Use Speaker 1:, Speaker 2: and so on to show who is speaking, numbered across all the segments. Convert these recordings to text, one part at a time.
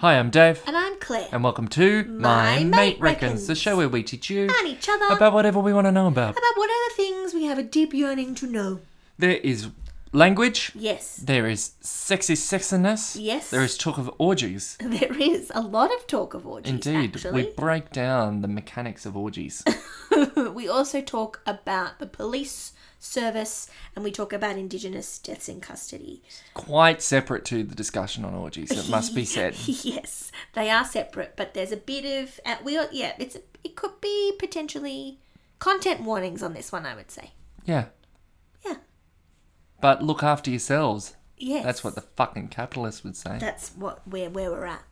Speaker 1: Hi, I'm Dave,
Speaker 2: And I'm Claire.
Speaker 1: and welcome to
Speaker 2: My Mate Reckons.
Speaker 1: the show where we teach you
Speaker 2: and each other.
Speaker 1: about whatever we want to know about.
Speaker 2: about what are the things we have a deep yearning to know.
Speaker 1: There is language,
Speaker 2: Yes.
Speaker 1: there is sexy sexiness,
Speaker 2: Yes.
Speaker 1: there is talk of orgies.
Speaker 2: There is a lot of talk of orgies.
Speaker 1: Indeed, we
Speaker 2: Actually.
Speaker 1: break down the mechanics of orgies.
Speaker 2: We... also talk about the police service and we talk about Indigenous deaths in custody.
Speaker 1: Quite separate to the discussion on orgies, it must be said.
Speaker 2: yes, they are separate, but there's a bit of. Uh, we are, Yeah, it's it could be potentially content warnings on this one, I would say.
Speaker 1: Yeah,
Speaker 2: Yeah.
Speaker 1: but look after yourselves.
Speaker 2: Yes.
Speaker 1: That's what the fucking capitalists would say.
Speaker 2: That's what where where we're at.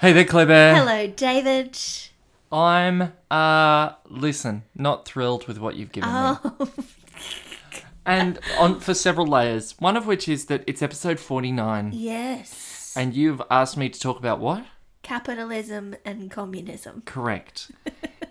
Speaker 1: Hey there, Claire Bear.
Speaker 2: Hello, David.
Speaker 1: I'm uh listen, not thrilled with what you've given me.
Speaker 2: Oh,
Speaker 1: And on for several layers. One of which is that it's episode 49
Speaker 2: yes.
Speaker 1: and you've asked me to talk about what?
Speaker 2: Capitalism and communism.
Speaker 1: Correct.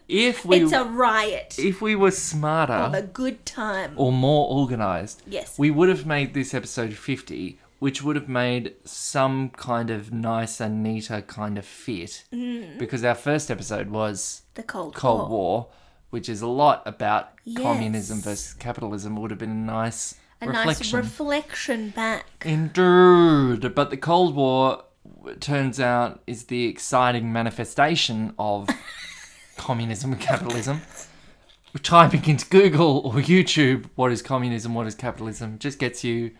Speaker 1: If we
Speaker 2: it's a riot.
Speaker 1: if we were
Speaker 2: of a
Speaker 1: smarter
Speaker 2: good time.
Speaker 1: or more organized,
Speaker 2: Yes.
Speaker 1: we would have made this episode 50, which would have made some kind of nicer, neater kind of fit
Speaker 2: Mm.
Speaker 1: because our first episode was
Speaker 2: the Cold,
Speaker 1: Cold
Speaker 2: War.
Speaker 1: War, which is a lot about communism
Speaker 2: Oh. Yes.
Speaker 1: versus capitalism, would have been a nice
Speaker 2: A nice
Speaker 1: reflection.
Speaker 2: reflection back.
Speaker 1: Indeed, but the Cold War it turns out is the exciting manifestation of communism and capitalism. Typing into Google or YouTube what is communism, what is capitalism just gets you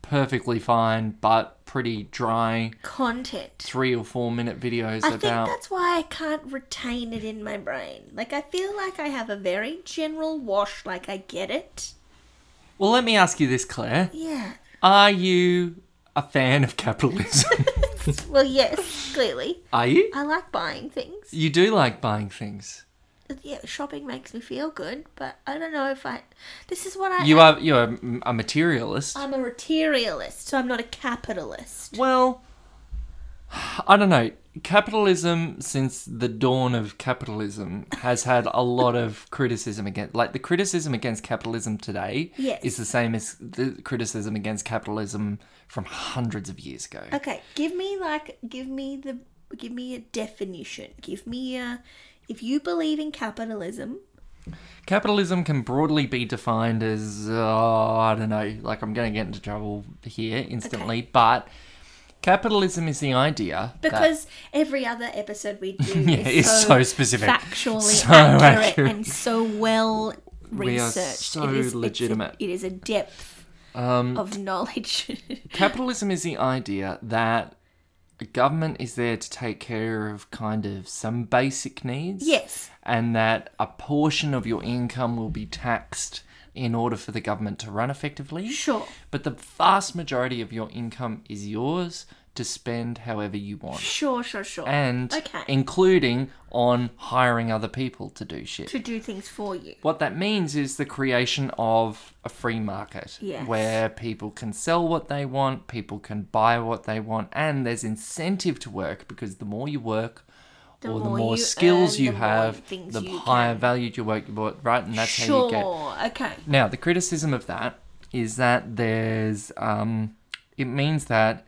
Speaker 1: perfectly fine but pretty dry
Speaker 2: Content.
Speaker 1: three or four minute videos
Speaker 2: I think
Speaker 1: about
Speaker 2: that's why I can't retain it in my brain. Like, I feel like I have a very general wash, like, I get it.
Speaker 1: Well let me ask you this, Claire.
Speaker 2: Yeah.
Speaker 1: Are you a fan of capitalism?
Speaker 2: Well, yes, clearly.
Speaker 1: Are you?
Speaker 2: I like buying things.
Speaker 1: You do like buying things.
Speaker 2: Yeah, shopping makes me feel good, but I don't know if I. This is what I.
Speaker 1: You are you're a- a materialist.
Speaker 2: I'm a materialist, so I'm not a capitalist.
Speaker 1: Well, I don't know. Capitalism, since the dawn of capitalism, has had a lot of criticism against. Like the criticism against capitalism today
Speaker 2: Yes.
Speaker 1: is the same as the criticism against capitalism from hundreds of years ago.
Speaker 2: Okay, give me like give me the give me a definition. Give me a if you believe in capitalism,
Speaker 1: Capitalism can broadly be defined as uh, I don't know. Like I'm going to get into trouble here instantly, but capitalism is the idea that-
Speaker 2: because every other episode we do
Speaker 1: yeah,
Speaker 2: is
Speaker 1: it's so,
Speaker 2: so,
Speaker 1: specific,
Speaker 2: factually
Speaker 1: So
Speaker 2: accurate,
Speaker 1: accurate.
Speaker 2: and so well
Speaker 1: We are
Speaker 2: researched.
Speaker 1: so
Speaker 2: it is, it's a-
Speaker 1: legitimate. Um,
Speaker 2: it is a depth of knowledge.
Speaker 1: Capitalism is the idea that a government is there to take care of kind of some basic needs.
Speaker 2: yes,
Speaker 1: And that a portion of your income will be taxed in order for the government to run effectively.
Speaker 2: sure,
Speaker 1: But the vast majority of your income is yours to spend however you want.
Speaker 2: sure, sure, sure.
Speaker 1: And
Speaker 2: Okay.
Speaker 1: including on hiring other people to do shit.
Speaker 2: to do things for you.
Speaker 1: What that means is the creation of a free market
Speaker 2: Yes.
Speaker 1: where people can sell what they want, people can buy what they want, and there's incentive to work because the more you work
Speaker 2: The
Speaker 1: or the
Speaker 2: more
Speaker 1: more
Speaker 2: you
Speaker 1: skills
Speaker 2: earn,
Speaker 1: you
Speaker 2: the more
Speaker 1: have,
Speaker 2: things
Speaker 1: the
Speaker 2: you
Speaker 1: higher
Speaker 2: can-
Speaker 1: valued your work you bought, right? And that's how
Speaker 2: sure.
Speaker 1: you get.
Speaker 2: Okay.
Speaker 1: Now, the criticism of that is that there's, um, it means that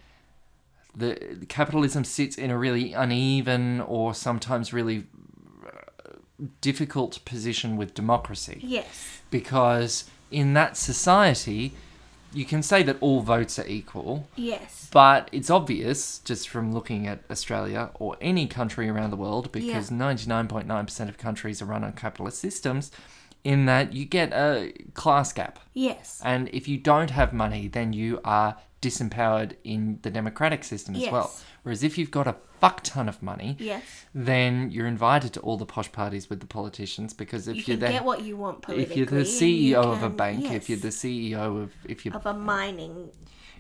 Speaker 1: the the capitalism sits in a really uneven or sometimes really uh, difficult position with democracy
Speaker 2: Yes.
Speaker 1: because in that society, you can say that all votes are equal,
Speaker 2: Yes.
Speaker 1: but it's obvious just from looking at Australia or any country around the world because 99.9% of countries are run on capitalist systems. In that you get a class gap,
Speaker 2: Yes.
Speaker 1: and if you don't have money, then you are disempowered in the democratic system as well.
Speaker 2: Yes.
Speaker 1: Whereas if you've got a fuck ton of money,
Speaker 2: Yes.
Speaker 1: then you're invited to all the posh parties with the politicians because if
Speaker 2: You
Speaker 1: are
Speaker 2: can
Speaker 1: there,
Speaker 2: get what you want politically.
Speaker 1: if you're the
Speaker 2: and
Speaker 1: CEO
Speaker 2: you
Speaker 1: of a
Speaker 2: can-
Speaker 1: bank,
Speaker 2: yes,
Speaker 1: if you're the CEO of if you're
Speaker 2: of a mining,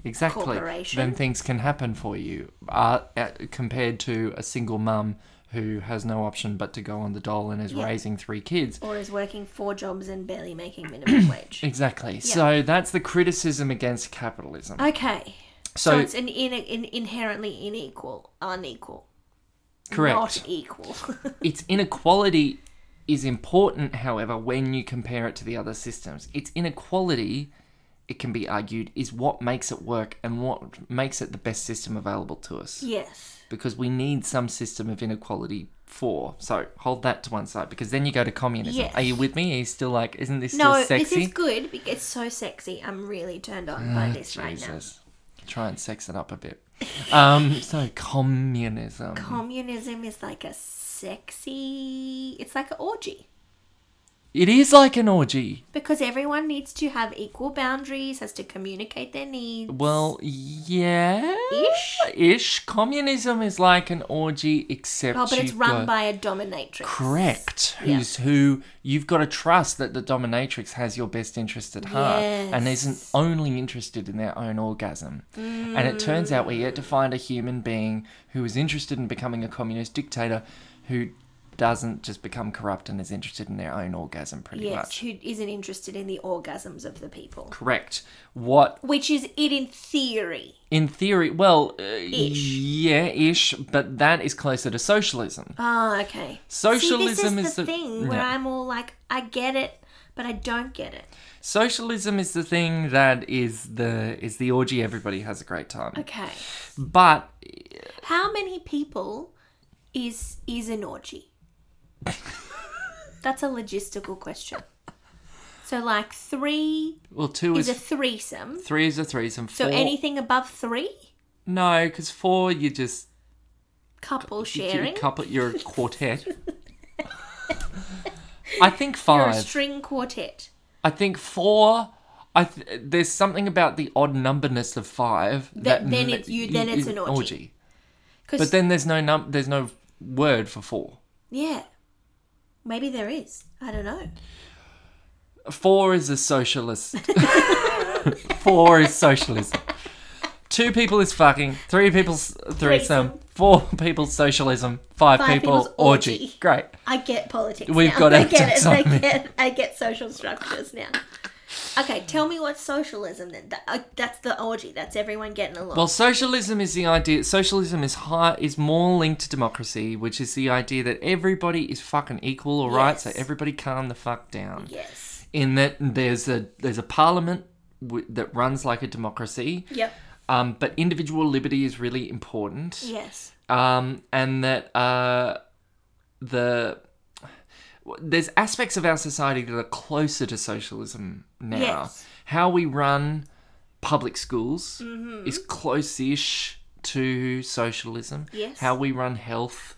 Speaker 1: exactly, then
Speaker 2: corporation.
Speaker 1: things can happen for you. Uh, at, compared to a single mum who has no option but to go on the dole and is
Speaker 2: Yeah.
Speaker 1: raising three kids.
Speaker 2: or is working four jobs and barely making minimum wage.
Speaker 1: Exactly. So that's the criticism against capitalism.
Speaker 2: Okay, so,
Speaker 1: so
Speaker 2: it's an, in, an inherently unequal, unequal.
Speaker 1: Correct.
Speaker 2: not equal.
Speaker 1: Its inequality is important, however, when you compare it to the other systems. Its inequality, it can be argued, is what makes it work and what makes it the best system available to us.
Speaker 2: yes.
Speaker 1: Because we need some system of inequality for. So hold that to one side because then you go to communism.
Speaker 2: Yes.
Speaker 1: Are you with me? Are you still like, isn't this
Speaker 2: No,
Speaker 1: still
Speaker 2: this
Speaker 1: sexy? Ah,
Speaker 2: is good. bec- It's so sexy. I'm really turned on by this right now.
Speaker 1: Jesus. Try and sex it up a bit. Um, so communism.
Speaker 2: Communism is like a sexy. It's like an orgy
Speaker 1: it is like an orgy.
Speaker 2: because everyone needs to have equal boundaries, has to communicate their needs.
Speaker 1: Well, yeah.
Speaker 2: Ish?
Speaker 1: Ish. Communism is like an orgy, except
Speaker 2: Oh, but it's
Speaker 1: you've
Speaker 2: run
Speaker 1: got-
Speaker 2: by a dominatrix.
Speaker 1: correct.
Speaker 2: Yeah.
Speaker 1: Who's who? You've got to trust that the dominatrix has your best interest at heart and
Speaker 2: Yes.
Speaker 1: isn't only interested in their own orgasm. And it turns out
Speaker 2: Mm.
Speaker 1: we're yet to find a human being who is interested in becoming a communist dictator who doesn't just become corrupt and is interested in their own orgasm, pretty
Speaker 2: Yes,
Speaker 1: much.
Speaker 2: who isn't interested in the orgasms of the people.
Speaker 1: Correct. What
Speaker 2: Which is it in theory.
Speaker 1: In theory, well, uh,
Speaker 2: Ish.
Speaker 1: yeah, ish, but that is closer to socialism.
Speaker 2: Oh, okay.
Speaker 1: Socialism
Speaker 2: See, this
Speaker 1: is
Speaker 2: is the
Speaker 1: the-
Speaker 2: thing where
Speaker 1: no.
Speaker 2: I'm all like, I get it, but I don't get it.
Speaker 1: Socialism is the thing that is the is the orgy. Everybody has a great time,
Speaker 2: Okay.
Speaker 1: but
Speaker 2: How many people is is an orgy? That's a logistical question. So like three
Speaker 1: well, two
Speaker 2: is
Speaker 1: is,
Speaker 2: a threesome.
Speaker 1: three is a threesome.
Speaker 2: So
Speaker 1: Four,
Speaker 2: anything above three?
Speaker 1: no, because four you just
Speaker 2: Couple
Speaker 1: you
Speaker 2: sharing.
Speaker 1: couple you're a quartet. I think
Speaker 2: You're a
Speaker 1: five.
Speaker 2: string quartet.
Speaker 1: I think four. I th- there's something about the odd numberness of five
Speaker 2: then
Speaker 1: ma-
Speaker 2: it's you- then it's
Speaker 1: is
Speaker 2: an orgy.
Speaker 1: But
Speaker 2: Because
Speaker 1: then there's no num- there's no word for four.
Speaker 2: yeah, maybe there is. I don't know.
Speaker 1: Four is a socialist. Four is socialism. Two people is fucking. Three people's threesome.
Speaker 2: Threesome.
Speaker 1: Four people's socialism. Five,
Speaker 2: Five
Speaker 1: people
Speaker 2: people's
Speaker 1: orgy.
Speaker 2: orgy.
Speaker 1: Great.
Speaker 2: I get politics.
Speaker 1: We've
Speaker 2: now.
Speaker 1: got
Speaker 2: I
Speaker 1: our
Speaker 2: get it. I
Speaker 1: taxonomy.
Speaker 2: get, I get social structures now. Okay, tell me what's socialism then. That, uh, that's the orgy. That's everyone getting along.
Speaker 1: Well, socialism is the idea. Socialism is high, is more linked to democracy, which is the idea that everybody is fucking equal, all right. So
Speaker 2: Yes.
Speaker 1: everybody calm the fuck down.
Speaker 2: yes.
Speaker 1: In that there's a there's a parliament w- that runs like a democracy.
Speaker 2: Yep.
Speaker 1: Um, but individual liberty is really important.
Speaker 2: Yes.
Speaker 1: um, and that uh, the there's aspects of our society that are closer to socialism now.
Speaker 2: Yes.
Speaker 1: How we run public schools
Speaker 2: Mm-hmm.
Speaker 1: is close-ish to socialism.
Speaker 2: Yes.
Speaker 1: How we run health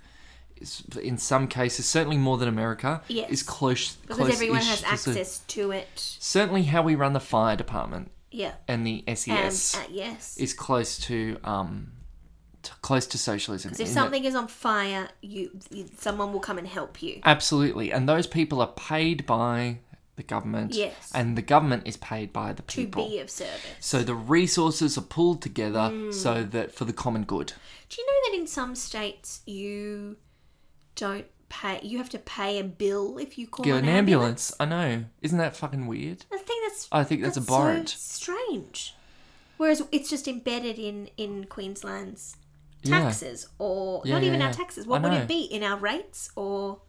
Speaker 1: is, in some cases, certainly more than America,
Speaker 2: Yes.
Speaker 1: is close.
Speaker 2: Because everyone has
Speaker 1: close-ish to so-
Speaker 2: access to it.
Speaker 1: Certainly, how we run the fire department
Speaker 2: Yeah.
Speaker 1: and the SES
Speaker 2: And, uh, yes.
Speaker 1: is close to um, to, close to socialism.
Speaker 2: if
Speaker 1: in that-
Speaker 2: something is on fire, you, you someone will come and help you.
Speaker 1: Absolutely. And those people are paid by the government.
Speaker 2: Yes.
Speaker 1: And the government is paid by the
Speaker 2: To
Speaker 1: people.
Speaker 2: be of service.
Speaker 1: So the resources are pulled together
Speaker 2: Mm.
Speaker 1: so that for the common good.
Speaker 2: Do you know that in some states you don't pay? You have to pay a bill if you call
Speaker 1: Get
Speaker 2: an,
Speaker 1: an
Speaker 2: ambulance.
Speaker 1: ambulance. I know. Isn't that fucking weird?
Speaker 2: I think that's.
Speaker 1: I think that's
Speaker 2: so
Speaker 1: abhorrent.
Speaker 2: strange. Whereas it's just embedded in in Queensland's
Speaker 1: Yeah.
Speaker 2: taxes, or
Speaker 1: Yeah,
Speaker 2: not
Speaker 1: yeah,
Speaker 2: even our
Speaker 1: yeah.
Speaker 2: taxes.
Speaker 1: I
Speaker 2: What would
Speaker 1: know.
Speaker 2: it be in our rates or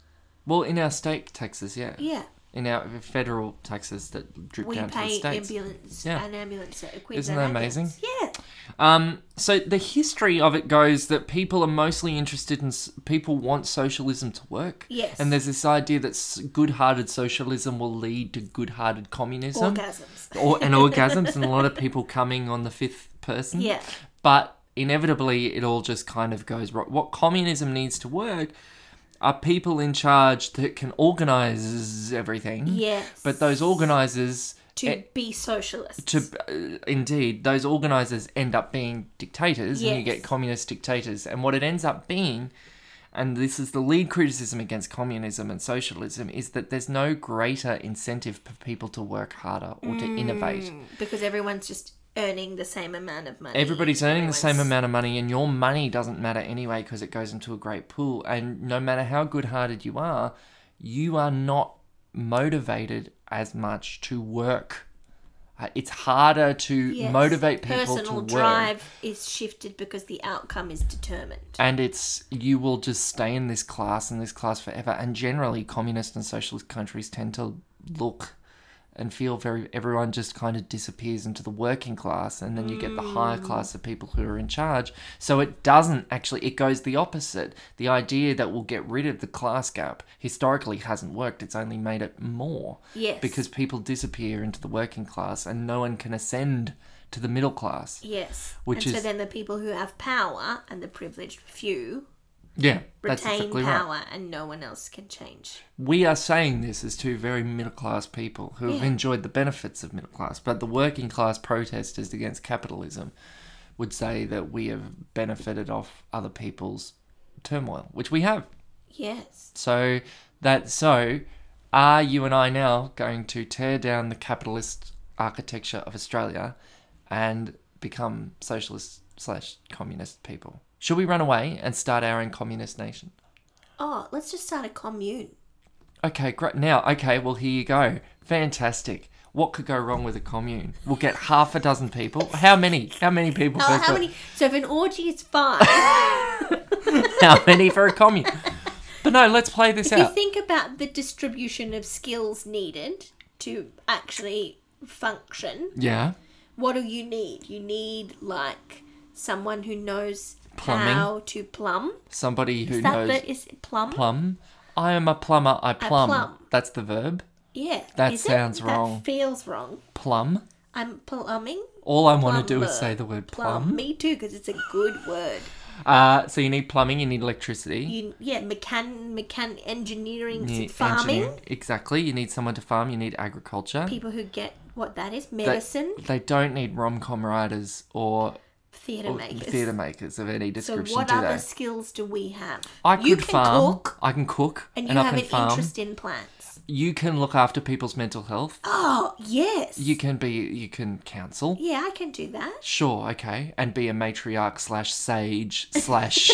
Speaker 1: Well, in our state taxes, yeah.
Speaker 2: yeah?
Speaker 1: In our federal taxes that drip
Speaker 2: We
Speaker 1: down to the
Speaker 2: pay
Speaker 1: states.
Speaker 2: ambulance
Speaker 1: Yeah.
Speaker 2: an ambulance. uh, Queensland
Speaker 1: Isn't that
Speaker 2: ambulance.
Speaker 1: amazing?
Speaker 2: Yeah,
Speaker 1: Um, so the history of it goes that people are mostly interested in s- people want socialism to work.
Speaker 2: Yes.
Speaker 1: And there's this idea that s- good-hearted socialism will lead to good-hearted communism.
Speaker 2: orgasms.
Speaker 1: or and orgasms and a lot of people coming on the fifth person.
Speaker 2: Yeah.
Speaker 1: But inevitably, it all just kind of goes wrong. What communism needs to work are people in charge that can organize everything.
Speaker 2: Yes.
Speaker 1: Mm. But those organizers
Speaker 2: to be socialist.
Speaker 1: to uh, indeed those organizers end up being dictators and you
Speaker 2: Yes.
Speaker 1: get communist dictators and what it ends up being and this is the lead criticism against communism and socialism is that there's no greater incentive for people to work harder or to innovate
Speaker 2: because everyone's just earning the same amount of money.
Speaker 1: everybody's earning the same
Speaker 2: Everyone's-
Speaker 1: amount of money and your money doesn't matter anyway because it goes into a great pool and no matter how good-hearted you are you are not motivated as much to work uh, it's harder to
Speaker 2: Yes.
Speaker 1: motivate people
Speaker 2: Personal
Speaker 1: to work.
Speaker 2: drive is shifted because the outcome is determined.
Speaker 1: And it's you will just stay in this class and this class forever. And generally, communist and socialist countries tend to look and feel very everyone just kind of disappears into the working class and then you get the
Speaker 2: Mm.
Speaker 1: higher class of people who are in charge so it doesn't actually it goes the opposite the idea that we'll get rid of the class gap historically hasn't worked it's only made it more
Speaker 2: Yes.
Speaker 1: because people disappear into the working class and no one can ascend to the middle class
Speaker 2: Yes.
Speaker 1: Which
Speaker 2: and
Speaker 1: is-
Speaker 2: so then the people who have power and the privileged few
Speaker 1: yeah that's
Speaker 2: retain
Speaker 1: exactly right
Speaker 2: power and no one else can change.
Speaker 1: we are saying this as two very middle class people who have
Speaker 2: Yeah.
Speaker 1: enjoyed the benefits of middle class, but the working class protesters against capitalism would say that we have benefited off other people's turmoil, which we have.
Speaker 2: Yes.
Speaker 1: So that so are you and I now going to tear down the capitalist architecture of Australia and become socialist slash communist people? Should we run away and start our own communist nation?
Speaker 2: Oh, let's just start a commune.
Speaker 1: Okay, great. Now, okay, well, here you go. Fantastic. What could go wrong with a commune? We'll get half a dozen people. How many? How many people?
Speaker 2: Oh,
Speaker 1: go
Speaker 2: how
Speaker 1: for-
Speaker 2: many? So if an orgy is five,
Speaker 1: How many for a commune? But no, let's play this
Speaker 2: if you
Speaker 1: out.
Speaker 2: think about the distribution of skills needed to actually function,
Speaker 1: yeah.
Speaker 2: what do you need? You need like someone who knows
Speaker 1: Plumbing.
Speaker 2: how to plumb.
Speaker 1: Somebody who
Speaker 2: Is that
Speaker 1: knows
Speaker 2: the is it plum?
Speaker 1: plum. I am a plumber. I plum.
Speaker 2: plumb.
Speaker 1: That's the verb.
Speaker 2: Yeah.
Speaker 1: That
Speaker 2: is
Speaker 1: sounds wrong.
Speaker 2: That feels wrong.
Speaker 1: Plum.
Speaker 2: I'm plumbing.
Speaker 1: All I want to do is
Speaker 2: Plumber.
Speaker 1: say the word
Speaker 2: Plum.
Speaker 1: plum.
Speaker 2: Me too, because it's a good word.
Speaker 1: Uh, so you need plumbing. You need electricity.
Speaker 2: You yeah, mechan mechan engineering,
Speaker 1: you need
Speaker 2: farming.
Speaker 1: engineering. Exactly. You need someone to farm. You need agriculture.
Speaker 2: People who get what that is,
Speaker 1: They-
Speaker 2: medicine,
Speaker 1: they don't need rom com writers or
Speaker 2: theatre makers.
Speaker 1: theatre makers of any
Speaker 2: So
Speaker 1: description
Speaker 2: what
Speaker 1: do
Speaker 2: other
Speaker 1: they?
Speaker 2: skills do we have?
Speaker 1: I could
Speaker 2: you can
Speaker 1: farm.
Speaker 2: cook
Speaker 1: I can cook,
Speaker 2: and
Speaker 1: and,
Speaker 2: you
Speaker 1: I
Speaker 2: have
Speaker 1: can
Speaker 2: an
Speaker 1: farm.
Speaker 2: interest in plants.
Speaker 1: You can look after people's mental health.
Speaker 2: Oh yes.
Speaker 1: You can be. You can counsel.
Speaker 2: yeah, I can do that.
Speaker 1: Sure, okay, and be a matriarch slash sage slash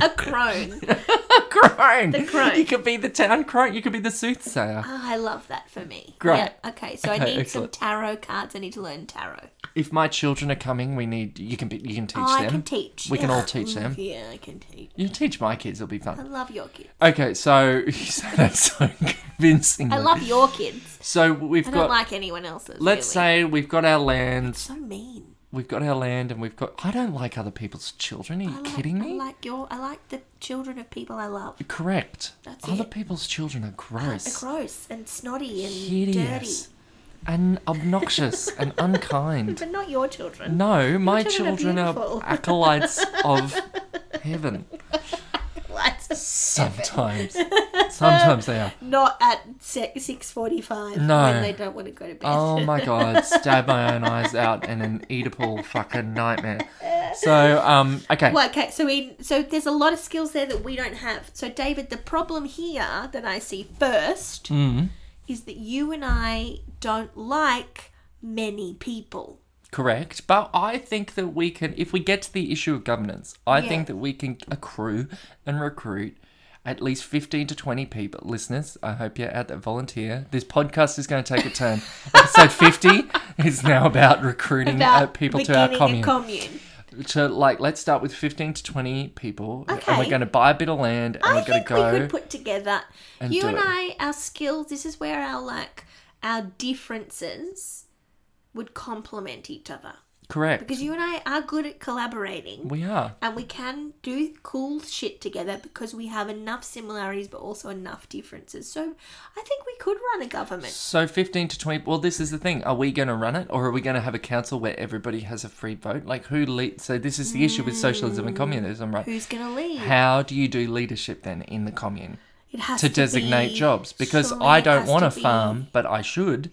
Speaker 2: A crone.
Speaker 1: crone.
Speaker 2: The crone.
Speaker 1: You could be the town crone. You could be the soothsayer.
Speaker 2: Oh, I love that for me.
Speaker 1: Great.
Speaker 2: Yeah, okay, so
Speaker 1: Okay,
Speaker 2: I need
Speaker 1: excellent.
Speaker 2: some tarot cards. I need to learn tarot.
Speaker 1: If my children are coming, we need. You can. Be, you can teach
Speaker 2: oh,
Speaker 1: them.
Speaker 2: I can teach.
Speaker 1: We can all
Speaker 2: Ugh,
Speaker 1: teach them.
Speaker 2: Yeah, I can teach.
Speaker 1: You teach my kids. It'll be
Speaker 2: I
Speaker 1: fun.
Speaker 2: love your kids.
Speaker 1: Okay, so you say that so convincingly.
Speaker 2: I love your kids.
Speaker 1: So we've
Speaker 2: I don't
Speaker 1: got.
Speaker 2: like anyone else's.
Speaker 1: let's
Speaker 2: really.
Speaker 1: say we've got our lands.
Speaker 2: so mean.
Speaker 1: we've got our land and we've got i don't like other people's children are you
Speaker 2: I like-
Speaker 1: kidding me
Speaker 2: I like your. I like the children of people I love.
Speaker 1: correct
Speaker 2: That's
Speaker 1: other
Speaker 2: it.
Speaker 1: people's children are
Speaker 2: They're
Speaker 1: gross
Speaker 2: gross and snotty and
Speaker 1: hideous
Speaker 2: dirty,
Speaker 1: and obnoxious and unkind
Speaker 2: but not your children.
Speaker 1: no my children
Speaker 2: children
Speaker 1: are,
Speaker 2: are beautiful.
Speaker 1: acolytes of heaven
Speaker 2: That's
Speaker 1: sometimes sometimes they are
Speaker 2: not at six forty-five
Speaker 1: No.
Speaker 2: when they don't want to go to bed.
Speaker 1: oh my god stab my own eyes out in an eatable fucking nightmare so um okay
Speaker 2: Well, okay, so we so there's a lot of skills there that we don't have. So David, the problem here that I see first
Speaker 1: Mm.
Speaker 2: is that you and I don't like many people.
Speaker 1: Correct. But I think that we can, if we get to the issue of governance, I
Speaker 2: Yeah.
Speaker 1: think that we can accrue and recruit at least 15 to 20 people. Listeners, I hope you're out there volunteer. This podcast is going to take a turn. Episode 50 is now about recruiting uh,
Speaker 2: About
Speaker 1: people to our
Speaker 2: beginning
Speaker 1: commune.
Speaker 2: a commune.
Speaker 1: to like, let's start with 15 to 20 people. And we're
Speaker 2: Okay.
Speaker 1: going to buy a bit of land and
Speaker 2: I
Speaker 1: we're going
Speaker 2: think
Speaker 1: to
Speaker 2: we
Speaker 1: go.
Speaker 2: could put together
Speaker 1: and
Speaker 2: you
Speaker 1: do
Speaker 2: and
Speaker 1: it.
Speaker 2: I our skills. This is where our like our differences would complement each other
Speaker 1: Correct.
Speaker 2: because you and I are good at collaborating
Speaker 1: We are.
Speaker 2: and we can do cool shit together because we have enough similarities but also enough differences. So I think we could run a government.
Speaker 1: So 15 to 20. Well, this is the thing. Are we going to run it or are we going to have a council where everybody has a free vote? Like, who leads? So, this is the issue with socialism and communism, right?
Speaker 2: Who's gonna lead?
Speaker 1: How do you do leadership then in the commune
Speaker 2: It has
Speaker 1: to designate
Speaker 2: be-
Speaker 1: jobs? Because
Speaker 2: surely
Speaker 1: I
Speaker 2: it
Speaker 1: don't
Speaker 2: has
Speaker 1: want to
Speaker 2: be-
Speaker 1: farm, but I should.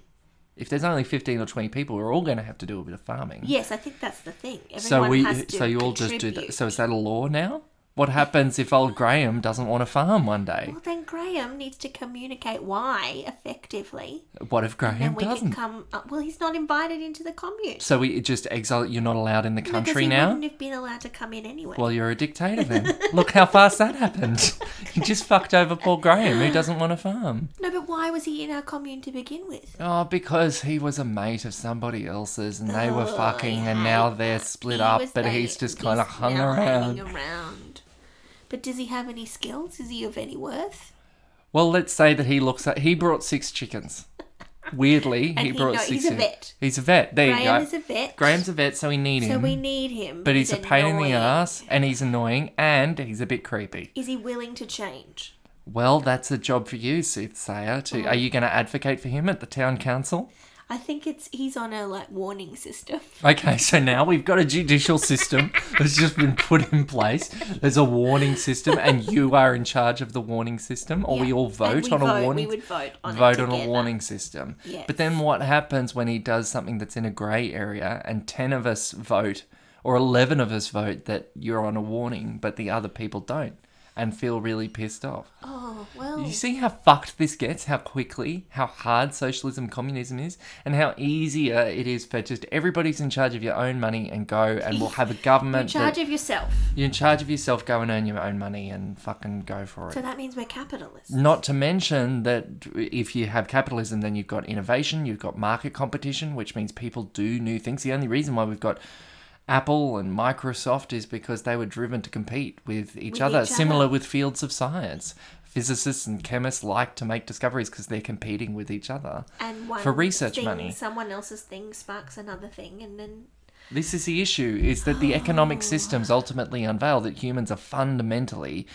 Speaker 1: If there's only 15 or 20 people, we're all going to have to do a bit of farming.
Speaker 2: Yes, I think that's the thing. Everyone
Speaker 1: so, we,
Speaker 2: has to
Speaker 1: so you all just do that.
Speaker 2: contribute.
Speaker 1: So, is that a law now? What happens if old Graham doesn't want to farm one day?
Speaker 2: Well, then Graham needs to communicate why effectively.
Speaker 1: What if Graham
Speaker 2: And we can
Speaker 1: doesn't?
Speaker 2: come up. Well, he's not invited into the commune.
Speaker 1: So we just exile. You're not allowed in the
Speaker 2: because
Speaker 1: country
Speaker 2: he
Speaker 1: now.
Speaker 2: wouldn't have been allowed to come in anyway.
Speaker 1: Well, you're a dictator then. Look how fast that happened. You just fucked over poor Graham, who doesn't want to farm.
Speaker 2: no, but why was he in our commune to begin with?
Speaker 1: Oh, because he was a mate of somebody else's and they were
Speaker 2: Oh, I
Speaker 1: fucking and now
Speaker 2: hate
Speaker 1: they're
Speaker 2: that.
Speaker 1: split
Speaker 2: He
Speaker 1: up,
Speaker 2: was
Speaker 1: but
Speaker 2: there-
Speaker 1: he's just kind of
Speaker 2: he's
Speaker 1: hung
Speaker 2: now
Speaker 1: around.
Speaker 2: hanging around. But does he have any skills? Is he of any worth?
Speaker 1: Well, let's say that he looks at. He brought six chickens. Weirdly,
Speaker 2: And
Speaker 1: he
Speaker 2: he
Speaker 1: brought
Speaker 2: know-
Speaker 1: six.
Speaker 2: he's a
Speaker 1: chickens.
Speaker 2: vet.
Speaker 1: He's a vet. There you
Speaker 2: Graham
Speaker 1: go.
Speaker 2: is a vet.
Speaker 1: Graham's a vet, so we need
Speaker 2: so
Speaker 1: him.
Speaker 2: we need him.
Speaker 1: but he's a pain in
Speaker 2: annoying.
Speaker 1: the ass, and he's annoying, and he's a bit creepy.
Speaker 2: Is he willing to change?
Speaker 1: Well, that's a job for you, soothsayer. To
Speaker 2: Oh.
Speaker 1: are you going to advocate for him at the town council?
Speaker 2: I think it's he's on a like warning system.
Speaker 1: Okay, so now we've got a judicial system that's just been put in place. There's a warning system, and you are in charge of the warning system, or we
Speaker 2: Yeah.
Speaker 1: all
Speaker 2: And
Speaker 1: vote
Speaker 2: we
Speaker 1: on
Speaker 2: vote-
Speaker 1: a warning.
Speaker 2: We would vote on it
Speaker 1: vote on a
Speaker 2: together.
Speaker 1: warning system.
Speaker 2: Yes.
Speaker 1: But then what happens when he does something that's in a grey area and 10 of us vote or 11 of us vote that you're on a warning, but the other people don't and feel really pissed off?
Speaker 2: Oh well.
Speaker 1: You see how fucked this gets, how quickly, how hard socialism, communism is, and how easier it is for just everybody's in charge of your own money and go and we'll have a
Speaker 2: You're in
Speaker 1: government.
Speaker 2: charge
Speaker 1: that-
Speaker 2: of yourself.
Speaker 1: you're in charge of yourself, go and earn your own money and fucking go for it.
Speaker 2: So that means we're capitalists.
Speaker 1: Not to mention that if you have capitalism, then you've got innovation, you've got market competition, which means people do new things. The only reason why we've got Apple and Microsoft is because they were driven to compete with each
Speaker 2: With
Speaker 1: other.
Speaker 2: each
Speaker 1: Similar
Speaker 2: other.
Speaker 1: with fields of science. Physicists and chemists like to make discoveries because they're competing with each other.
Speaker 2: And one
Speaker 1: for research
Speaker 2: thing,
Speaker 1: money.
Speaker 2: Someone else's thing sparks another thing, and then
Speaker 1: This is the issue is that the
Speaker 2: Ah.
Speaker 1: economic systems ultimately unveil that humans are fundamentally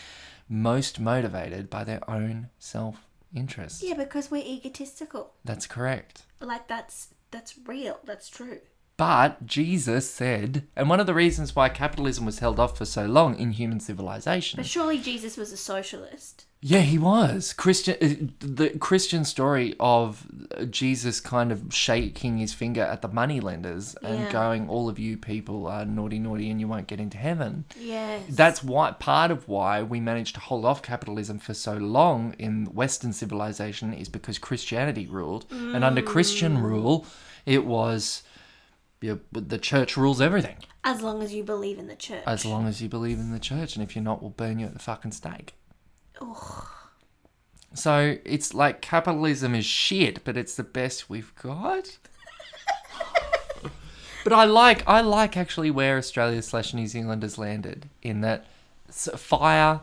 Speaker 1: most motivated by their own self interest.
Speaker 2: yeah, because we're egotistical.
Speaker 1: That's correct.
Speaker 2: Like that's that's real. That's true.
Speaker 1: But Jesus said, and one of the reasons why capitalism was held off for so long in human civilization.
Speaker 2: But surely Jesus was a socialist.
Speaker 1: Yeah, he was Christian. uh, The Christian story of uh, Jesus kind of shaking his finger at the moneylenders and
Speaker 2: Yeah.
Speaker 1: going, "All of you people are naughty, naughty, and you won't get into heaven."
Speaker 2: Yes.
Speaker 1: That's why part of why we managed to hold off capitalism for so long in Western civilization is because Christianity ruled, and under Christian rule, it was you know, the church rules everything.
Speaker 2: as long as you believe in the church.
Speaker 1: As long as you believe in the church, and if you're not, we'll burn you at the fucking stake. So it's like capitalism is shit, but it's the best we've got. but I like I like actually where Australia slash New Zealand has landed in that s- fire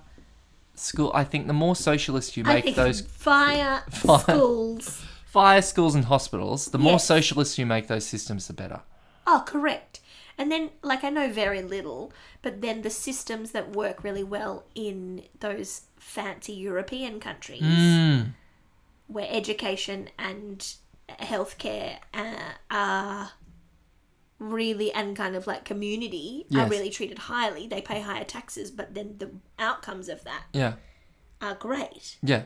Speaker 1: school. I think the more socialist you
Speaker 2: I
Speaker 1: make
Speaker 2: think
Speaker 1: those
Speaker 2: fire,
Speaker 1: Fire.
Speaker 2: schools.
Speaker 1: fire schools and hospitals, the more
Speaker 2: Yes.
Speaker 1: socialist you make those systems, the better.
Speaker 2: Oh, correct. And then, like, I know very little, but then the systems that work really well in those fancy European countries
Speaker 1: Hmm.
Speaker 2: where education and healthcare uh, are really, and kind of like community
Speaker 1: Yes.
Speaker 2: are really treated highly. They pay higher taxes, but then the outcomes of that
Speaker 1: Yeah,
Speaker 2: are great.
Speaker 1: yeah.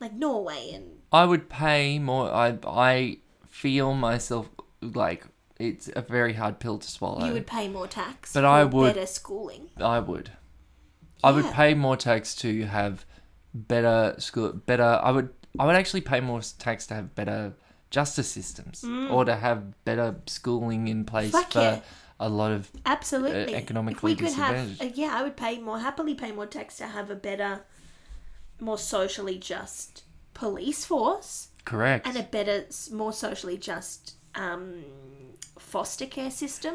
Speaker 2: Like Norway and.
Speaker 1: I would pay more. I I feel myself like it's a very hard pill to swallow.
Speaker 2: You would pay more tax,
Speaker 1: But I
Speaker 2: for
Speaker 1: would-
Speaker 2: better schooling.
Speaker 1: I would. I would
Speaker 2: Yeah.
Speaker 1: pay more tax to have better school. Better. I would. I would actually pay more tax to have better justice systems or to have better schooling in place
Speaker 2: Mm. Fuck
Speaker 1: for
Speaker 2: yeah.
Speaker 1: a lot of
Speaker 2: Absolutely.
Speaker 1: uh, economically
Speaker 2: if we could have,
Speaker 1: disadvantaged.
Speaker 2: uh, yeah, I would pay more happily pay more tax to have a better, more socially just police force
Speaker 1: correct.
Speaker 2: and a better, s- more socially just um, foster care system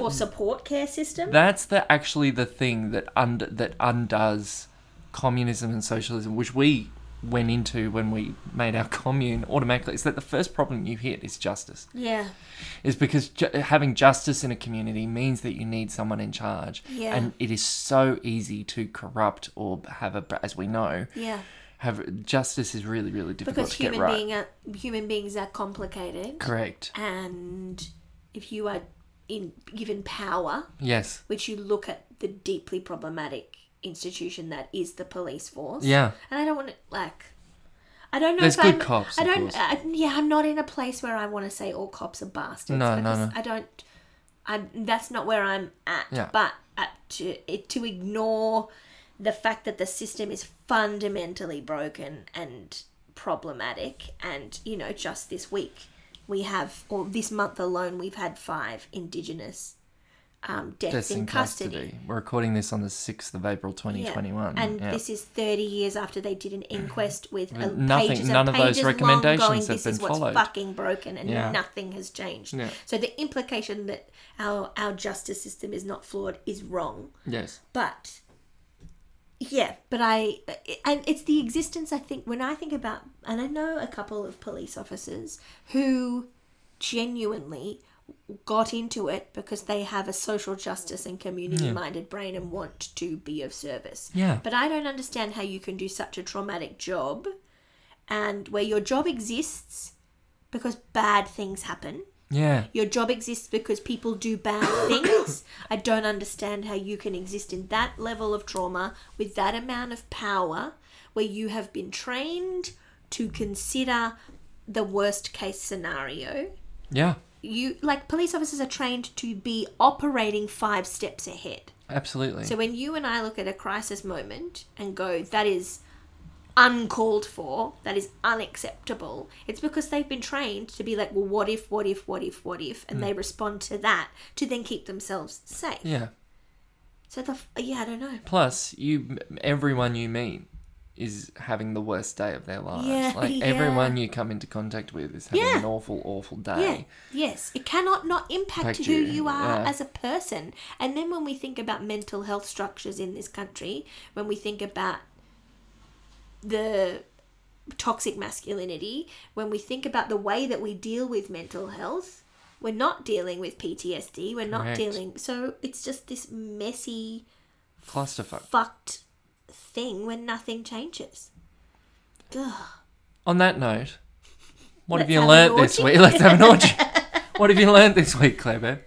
Speaker 2: or support care system.
Speaker 1: That's the actually the thing that under that undoes communism and socialism, which we went into when we made our commune automatically. Is that the first problem you hit is justice?
Speaker 2: yeah,
Speaker 1: Is because ju- having justice in a community means that you need someone in charge,
Speaker 2: Yeah.
Speaker 1: and it is so easy to corrupt or have a as we know
Speaker 2: yeah,
Speaker 1: have justice is really really difficult
Speaker 2: because
Speaker 1: to get
Speaker 2: human
Speaker 1: right.
Speaker 2: being are, human beings are complicated,
Speaker 1: Correct.
Speaker 2: and if you are in given power,
Speaker 1: Yes.
Speaker 2: which you look at the deeply problematic institution that is the police force.
Speaker 1: Yeah.
Speaker 2: and I don't want to like. I don't know
Speaker 1: There's
Speaker 2: if
Speaker 1: good
Speaker 2: I'm,
Speaker 1: cops,
Speaker 2: I
Speaker 1: of
Speaker 2: don't. uh,
Speaker 1: course.
Speaker 2: I, yeah, I'm not in a place where I want to say all cops are bastards.
Speaker 1: No, no,
Speaker 2: because
Speaker 1: no.
Speaker 2: I don't. I'm that's not where I'm at.
Speaker 1: Yeah.
Speaker 2: But uh, to it, to ignore the fact that the system is fundamentally broken and problematic, and you know, just this week we have, or this month alone, we've had five Indigenous um, deaths,
Speaker 1: Deaths
Speaker 2: in,
Speaker 1: in
Speaker 2: custody.
Speaker 1: custody. We're recording this on the 6th of April
Speaker 2: Yeah.
Speaker 1: 2021.
Speaker 2: And
Speaker 1: yeah.
Speaker 2: this is 30 years after they did an inquest with uh,
Speaker 1: nothing-
Speaker 2: pages and
Speaker 1: none of those
Speaker 2: pages long
Speaker 1: recommendations
Speaker 2: going,
Speaker 1: have
Speaker 2: this is
Speaker 1: been
Speaker 2: what's
Speaker 1: followed."
Speaker 2: fucking broken and
Speaker 1: Yeah.
Speaker 2: nothing has changed.
Speaker 1: Yeah.
Speaker 2: So the implication that our our justice system is not flawed is wrong.
Speaker 1: Yes.
Speaker 2: But yeah, but I and it's the existence I think when I think about and I know a couple of police officers who genuinely got into it because they have a social justice and community minded brain and want to be of service.
Speaker 1: Yeah.
Speaker 2: But I don't understand how you can do such a traumatic job and where your job exists because bad things happen.
Speaker 1: Yeah.
Speaker 2: Your job exists because people do bad things. I don't understand how you can exist in that level of trauma with that amount of power where you have been trained to consider the worst case scenario.
Speaker 1: Yeah.
Speaker 2: You like police officers are trained to be operating 5 steps ahead.
Speaker 1: Absolutely.
Speaker 2: So when you and I look at a crisis moment and go, that is uncalled for, that is unacceptable, it's because they've been trained to be like, well, what if, what if, what if, what if, and they respond to that to then keep themselves safe.
Speaker 1: yeah.
Speaker 2: So the f- yeah, I don't know.
Speaker 1: Plus, you everyone you meet is having the worst day of their lives.
Speaker 2: Yeah,
Speaker 1: like
Speaker 2: yeah.
Speaker 1: everyone you come into contact with is having
Speaker 2: Yeah.
Speaker 1: an awful, awful
Speaker 2: Yeah.
Speaker 1: day.
Speaker 2: Yes, it cannot not impact
Speaker 1: Impact
Speaker 2: who
Speaker 1: you,
Speaker 2: you are
Speaker 1: yeah.
Speaker 2: as a person. And then when we think about mental health structures in this country, when we think about the toxic masculinity, when we think about the way that we deal with mental health, we're not dealing with PTSD, we're not
Speaker 1: Correct.
Speaker 2: dealing. So it's just this messy,
Speaker 1: Clusterfuck.
Speaker 2: fucked thing when nothing changes. Ugh.
Speaker 1: On that note, what
Speaker 2: Let's
Speaker 1: have you
Speaker 2: have
Speaker 1: learnt
Speaker 2: an
Speaker 1: this
Speaker 2: orgy.
Speaker 1: week? Let's have an orgy. what have you learnt this week, Claire?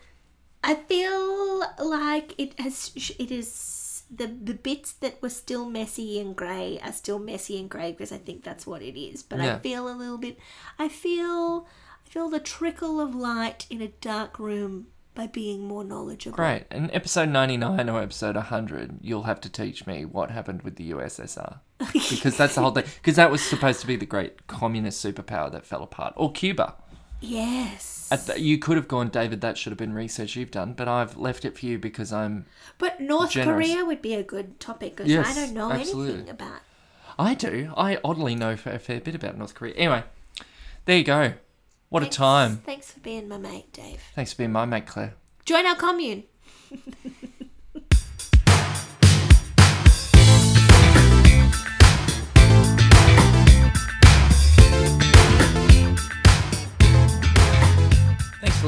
Speaker 2: I feel like it has. It is the the bits that were still messy and grey are still messy and grey because I think that's what it is. But I
Speaker 1: Yeah.
Speaker 2: feel a little bit. I feel. I feel the trickle of light in a dark room by being more knowledgeable.
Speaker 1: Great. In episode 99 or episode 100, you'll have to teach me what happened with the USSR. because that's the whole thing. Because that was supposed to be the great communist superpower that fell apart. Or Cuba.
Speaker 2: Yes.
Speaker 1: At the- you could have gone, David, that should have been research you've done, but I've left it for you because I'm.
Speaker 2: But North
Speaker 1: generous.
Speaker 2: Korea would be a good topic because I
Speaker 1: Yes,
Speaker 2: don't know anything
Speaker 1: absolutely.
Speaker 2: about.
Speaker 1: I do. I oddly know a fair bit about North Korea. Anyway, there you go. What
Speaker 2: Thanks-
Speaker 1: a time.
Speaker 2: Thanks for being my mate, Dave.
Speaker 1: Thanks for being my mate, Claire.
Speaker 2: Join our commune.
Speaker 1: Thanks for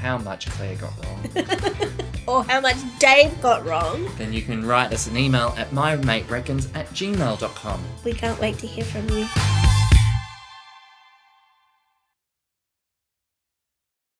Speaker 1: how much Claire got wrong,
Speaker 2: Or Oh, how much Dave got wrong?
Speaker 1: then you can write us an email at mymatereckons at gmail.com.
Speaker 2: We can't wait to hear from you.